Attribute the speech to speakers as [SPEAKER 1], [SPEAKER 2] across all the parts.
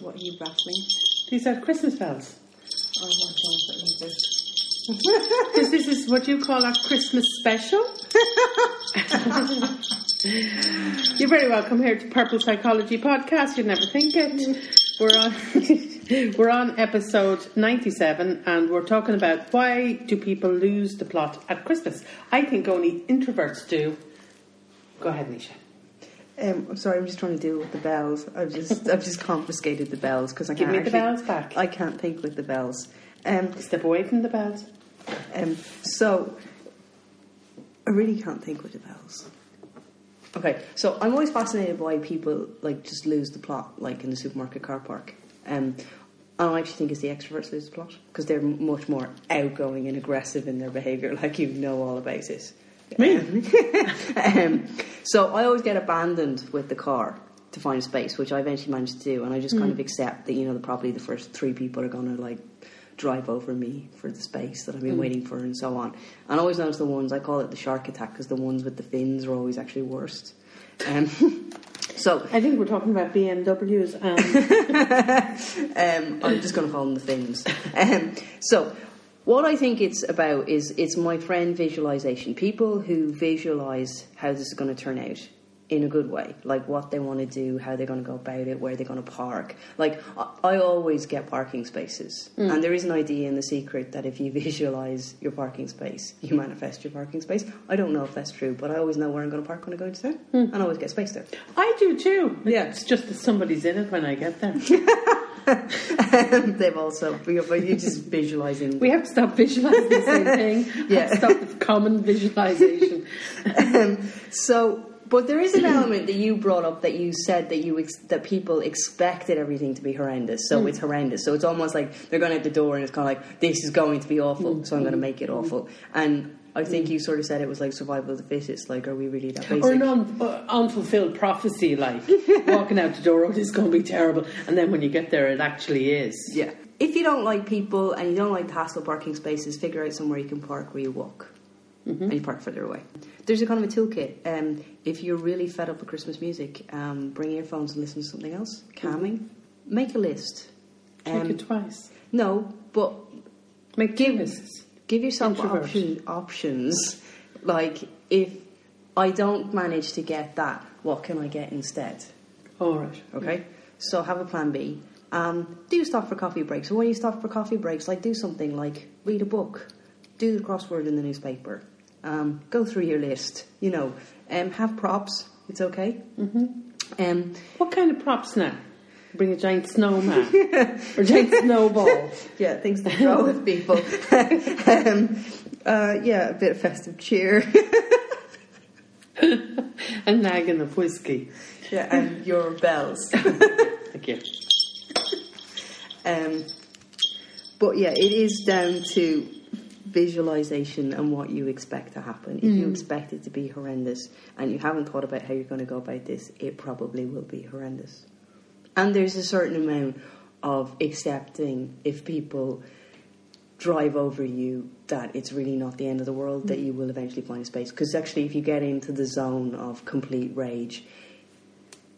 [SPEAKER 1] What are you rattling?
[SPEAKER 2] These are Christmas bells.
[SPEAKER 1] Oh, my God, that was good.
[SPEAKER 2] Because this is what you call a Christmas special. You're very welcome here to Purple Psychology Podcast. You'd never think it. We're on we're on episode 97 and we're talking about why do people lose the plot at Christmas? I think only introverts do. Go ahead, Nisha.
[SPEAKER 1] Um, I'm sorry, I'm just trying to deal with the bells. I've just I've just confiscated the bells because I
[SPEAKER 2] Give
[SPEAKER 1] can't
[SPEAKER 2] me the
[SPEAKER 1] actually-
[SPEAKER 2] bells back.
[SPEAKER 1] I can't think with the bells. Um,
[SPEAKER 2] Step away from the bells.
[SPEAKER 1] um, so I really can't think with the bells. Okay, so I'm always fascinated by people like just lose the plot, like in the supermarket car park. Um, and I actually think it's the extroverts lose the plot because they're m- much more outgoing and aggressive in their behaviour. Like you know all about it.
[SPEAKER 2] Me?
[SPEAKER 1] um, so I always get abandoned with the car to find space, which I eventually managed to do, and I just kind of accept that you know probably the first three people are going to like drive over me for the space that I've been waiting for, and so on. And I always notice the ones I call it the shark attack because the ones with the fins are always actually worst. Um, so
[SPEAKER 2] I think we're talking about BMWs and
[SPEAKER 1] um, I'm just going to call them the fins. Um, so, what I think it's about is it's my friend visualization. People who visualize how this is going to turn out in a good way, like what they want to do, how they're going to go about it, where they're going to park. Like I, I always get parking spaces, and there is an idea in the secret that if you visualize your parking space, you manifest your parking space. I don't know if that's true, but I always know where I'm going to park when I go into town, and I always get space there.
[SPEAKER 2] I do too.
[SPEAKER 1] Yeah.
[SPEAKER 2] It's just that somebody's in it when I get there.
[SPEAKER 1] They've also, but you're you're just visualizing.
[SPEAKER 2] We have to stop visualizing the same thing.
[SPEAKER 1] Yeah.
[SPEAKER 2] Yeah. Stop the common visualization.
[SPEAKER 1] Um, so, but there is an element that you brought up that you said that you ex- that people expected everything to be horrendous, so it's horrendous. So it's almost like they're going out the door and it's kind of like this is going to be awful, so I'm going to make it awful. And I think you sort of said it was like survival of the fittest. Like, are we really that basic?
[SPEAKER 2] or an un- uh, unfulfilled prophecy, like walking out the door, oh, this is going to be terrible. And then when you get there, it actually is.
[SPEAKER 1] Yeah. If you don't like people and you don't like the hassle of parking spaces, figure out somewhere you can park where you walk. And you park further away. There's a kind of a toolkit. Um, if you're really fed up with Christmas music, um, bring earphones and listen to something else. Calming. Make a list.
[SPEAKER 2] Check
[SPEAKER 1] Um,
[SPEAKER 2] it twice.
[SPEAKER 1] no, but
[SPEAKER 2] Make lists.
[SPEAKER 1] give yourself
[SPEAKER 2] Introvert.
[SPEAKER 1] option, options. Like, if I don't manage to get that, what can I get instead?
[SPEAKER 2] All right.
[SPEAKER 1] Okay? So have a plan B. Um, do stop for coffee breaks. When you stop for coffee breaks, like do something like read a book, do the crossword in the newspaper, um, go through your list. You know, um, have props. It's okay. Mm-hmm. Um,
[SPEAKER 2] What kind of props now? Bring a giant snowman or giant snowball.
[SPEAKER 1] yeah, things to throw with people. um, uh, yeah, a bit of festive cheer.
[SPEAKER 2] A nagging of whiskey.
[SPEAKER 1] yeah, and your bells.
[SPEAKER 2] Thank you.
[SPEAKER 1] Um, but yeah, it is down to visualization and what you expect to happen. If you expect it to be horrendous and you haven't thought about how you're going to go about this, it probably will be horrendous. And there's a certain amount of accepting if people drive over you that it's really not the end of the world that you will eventually find a space because actually if you get into the zone of complete rage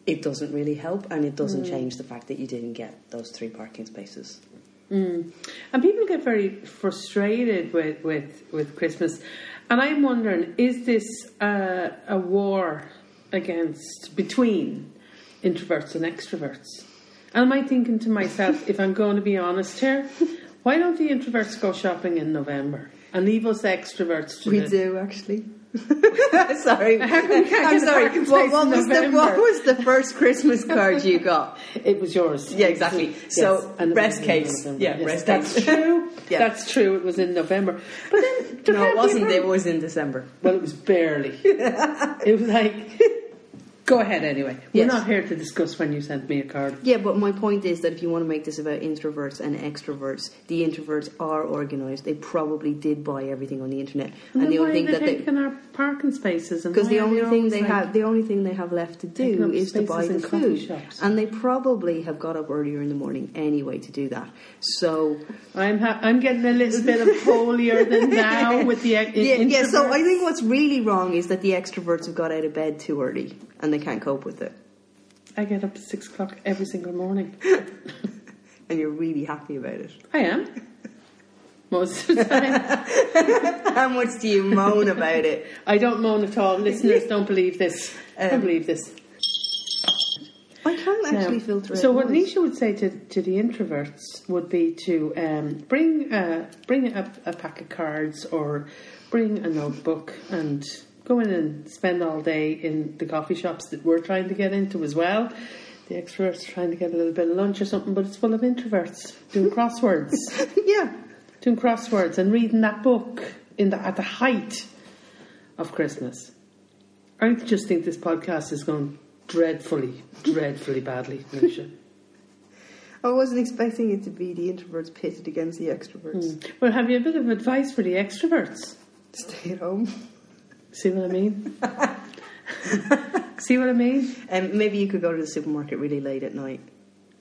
[SPEAKER 1] it doesn't really help and it doesn't change the fact that you didn't get those three parking spaces
[SPEAKER 2] Mm. And people get very frustrated with, with, with Christmas. And I'm wondering, is this uh, a war against between introverts and extroverts? And am I thinking to myself, if I'm going to be honest here, why don't the introverts go shopping in November and leave us extroverts to
[SPEAKER 1] We
[SPEAKER 2] the-
[SPEAKER 1] do actually. sorry,
[SPEAKER 2] How come we can't
[SPEAKER 1] I'm
[SPEAKER 2] get a
[SPEAKER 1] sorry.
[SPEAKER 2] parking
[SPEAKER 1] What,
[SPEAKER 2] space
[SPEAKER 1] what
[SPEAKER 2] in
[SPEAKER 1] was the, what
[SPEAKER 2] November?
[SPEAKER 1] was the first Christmas card you got?
[SPEAKER 2] It was yours.
[SPEAKER 1] Yeah, exactly. So,
[SPEAKER 2] and it
[SPEAKER 1] breast
[SPEAKER 2] was in
[SPEAKER 1] case.
[SPEAKER 2] November.
[SPEAKER 1] Yeah,
[SPEAKER 2] Yes,
[SPEAKER 1] breast
[SPEAKER 2] that's
[SPEAKER 1] case.
[SPEAKER 2] true.
[SPEAKER 1] Yeah.
[SPEAKER 2] That's true. It was in November. But then, there
[SPEAKER 1] No,
[SPEAKER 2] can't
[SPEAKER 1] it
[SPEAKER 2] be
[SPEAKER 1] wasn't.
[SPEAKER 2] very-
[SPEAKER 1] It was in December.
[SPEAKER 2] Well, it was barely. it was like, go ahead anyway.
[SPEAKER 1] Yes.
[SPEAKER 2] We're not here to discuss when you sent me a card.
[SPEAKER 1] Yeah, but my point is that if you want to make this about introverts and extroverts, the introverts are organised. They probably did buy everything on the internet, and the
[SPEAKER 2] Then why
[SPEAKER 1] only thing
[SPEAKER 2] are
[SPEAKER 1] that they
[SPEAKER 2] taking our parking spaces and
[SPEAKER 1] because
[SPEAKER 2] why
[SPEAKER 1] the
[SPEAKER 2] are
[SPEAKER 1] only thing
[SPEAKER 2] always
[SPEAKER 1] they
[SPEAKER 2] like-
[SPEAKER 1] have the only thing they have left to
[SPEAKER 2] Taking
[SPEAKER 1] do
[SPEAKER 2] up
[SPEAKER 1] is to
[SPEAKER 2] spaces
[SPEAKER 1] buy the
[SPEAKER 2] in coffee
[SPEAKER 1] food,
[SPEAKER 2] shops.
[SPEAKER 1] and they probably have got up earlier in the morning anyway to do that. So
[SPEAKER 2] I'm ha- I'm getting a little bit of holier than now with the uh, ex-
[SPEAKER 1] yeah, yeah, so
[SPEAKER 2] introverts.
[SPEAKER 1] I think what's really wrong is that the extroverts have got out of bed too early and they can't cope with it.
[SPEAKER 2] I get up at six o'clock every single morning.
[SPEAKER 1] and you're really happy about it.
[SPEAKER 2] I am. Most of the time.
[SPEAKER 1] How much do you moan about it?
[SPEAKER 2] I don't moan at all. Listeners, don't believe this.
[SPEAKER 1] Um,
[SPEAKER 2] don't believe this.
[SPEAKER 1] I can't actually
[SPEAKER 2] Um,
[SPEAKER 1] filter it.
[SPEAKER 2] so what
[SPEAKER 1] out.
[SPEAKER 2] Nisha would say to, to the introverts would be to um, bring a, bring a, a pack of cards or bring a notebook and go in and spend all day in the coffee shops that we're trying to get into as well. The extroverts are trying to get a little bit of lunch or something, but it's full of introverts doing crosswords,
[SPEAKER 1] yeah.
[SPEAKER 2] doing crosswords and reading that book in the, at the height of Christmas. I just think this podcast is going dreadfully, dreadfully badly, Nisha.
[SPEAKER 1] I wasn't expecting it to be the introverts pitted against the extroverts.
[SPEAKER 2] Well, have you a bit of advice for the extroverts?
[SPEAKER 1] Stay at home.
[SPEAKER 2] See what I mean? See what I mean?
[SPEAKER 1] Um, maybe you could go to the supermarket really late at night.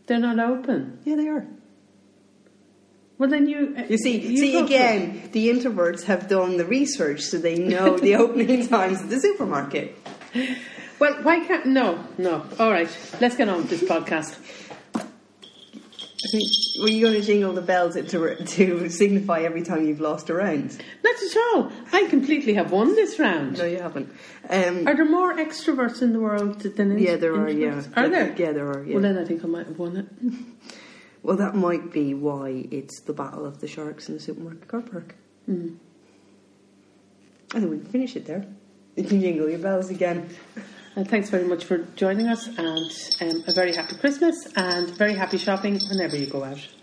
[SPEAKER 2] They're not open.
[SPEAKER 1] Yeah, they are.
[SPEAKER 2] Well, then you.
[SPEAKER 1] You see, see
[SPEAKER 2] talk to-
[SPEAKER 1] again, the introverts have done the research, so they know the opening times at the supermarket.
[SPEAKER 2] Well, why can't? No, no. All right, let's get on with this podcast.
[SPEAKER 1] Were you going to jingle the bells to, to signify every time you've lost a round?
[SPEAKER 2] Not at all. I completely have won this round.
[SPEAKER 1] No, you haven't. Um,
[SPEAKER 2] Are there more extroverts in the world than in-
[SPEAKER 1] yeah, there are. Yeah,
[SPEAKER 2] introverts? Are there?
[SPEAKER 1] Yeah, there are. Yeah.
[SPEAKER 2] Well,
[SPEAKER 1] Well,
[SPEAKER 2] then I think I might have won it.
[SPEAKER 1] that might be why it's the battle of the sharks in the supermarket car park.
[SPEAKER 2] Hmm.
[SPEAKER 1] I think we can finish it there. You can jingle your bells again.
[SPEAKER 2] Uh, thanks very much for joining us, and um, a very happy Christmas and very happy shopping whenever you go out.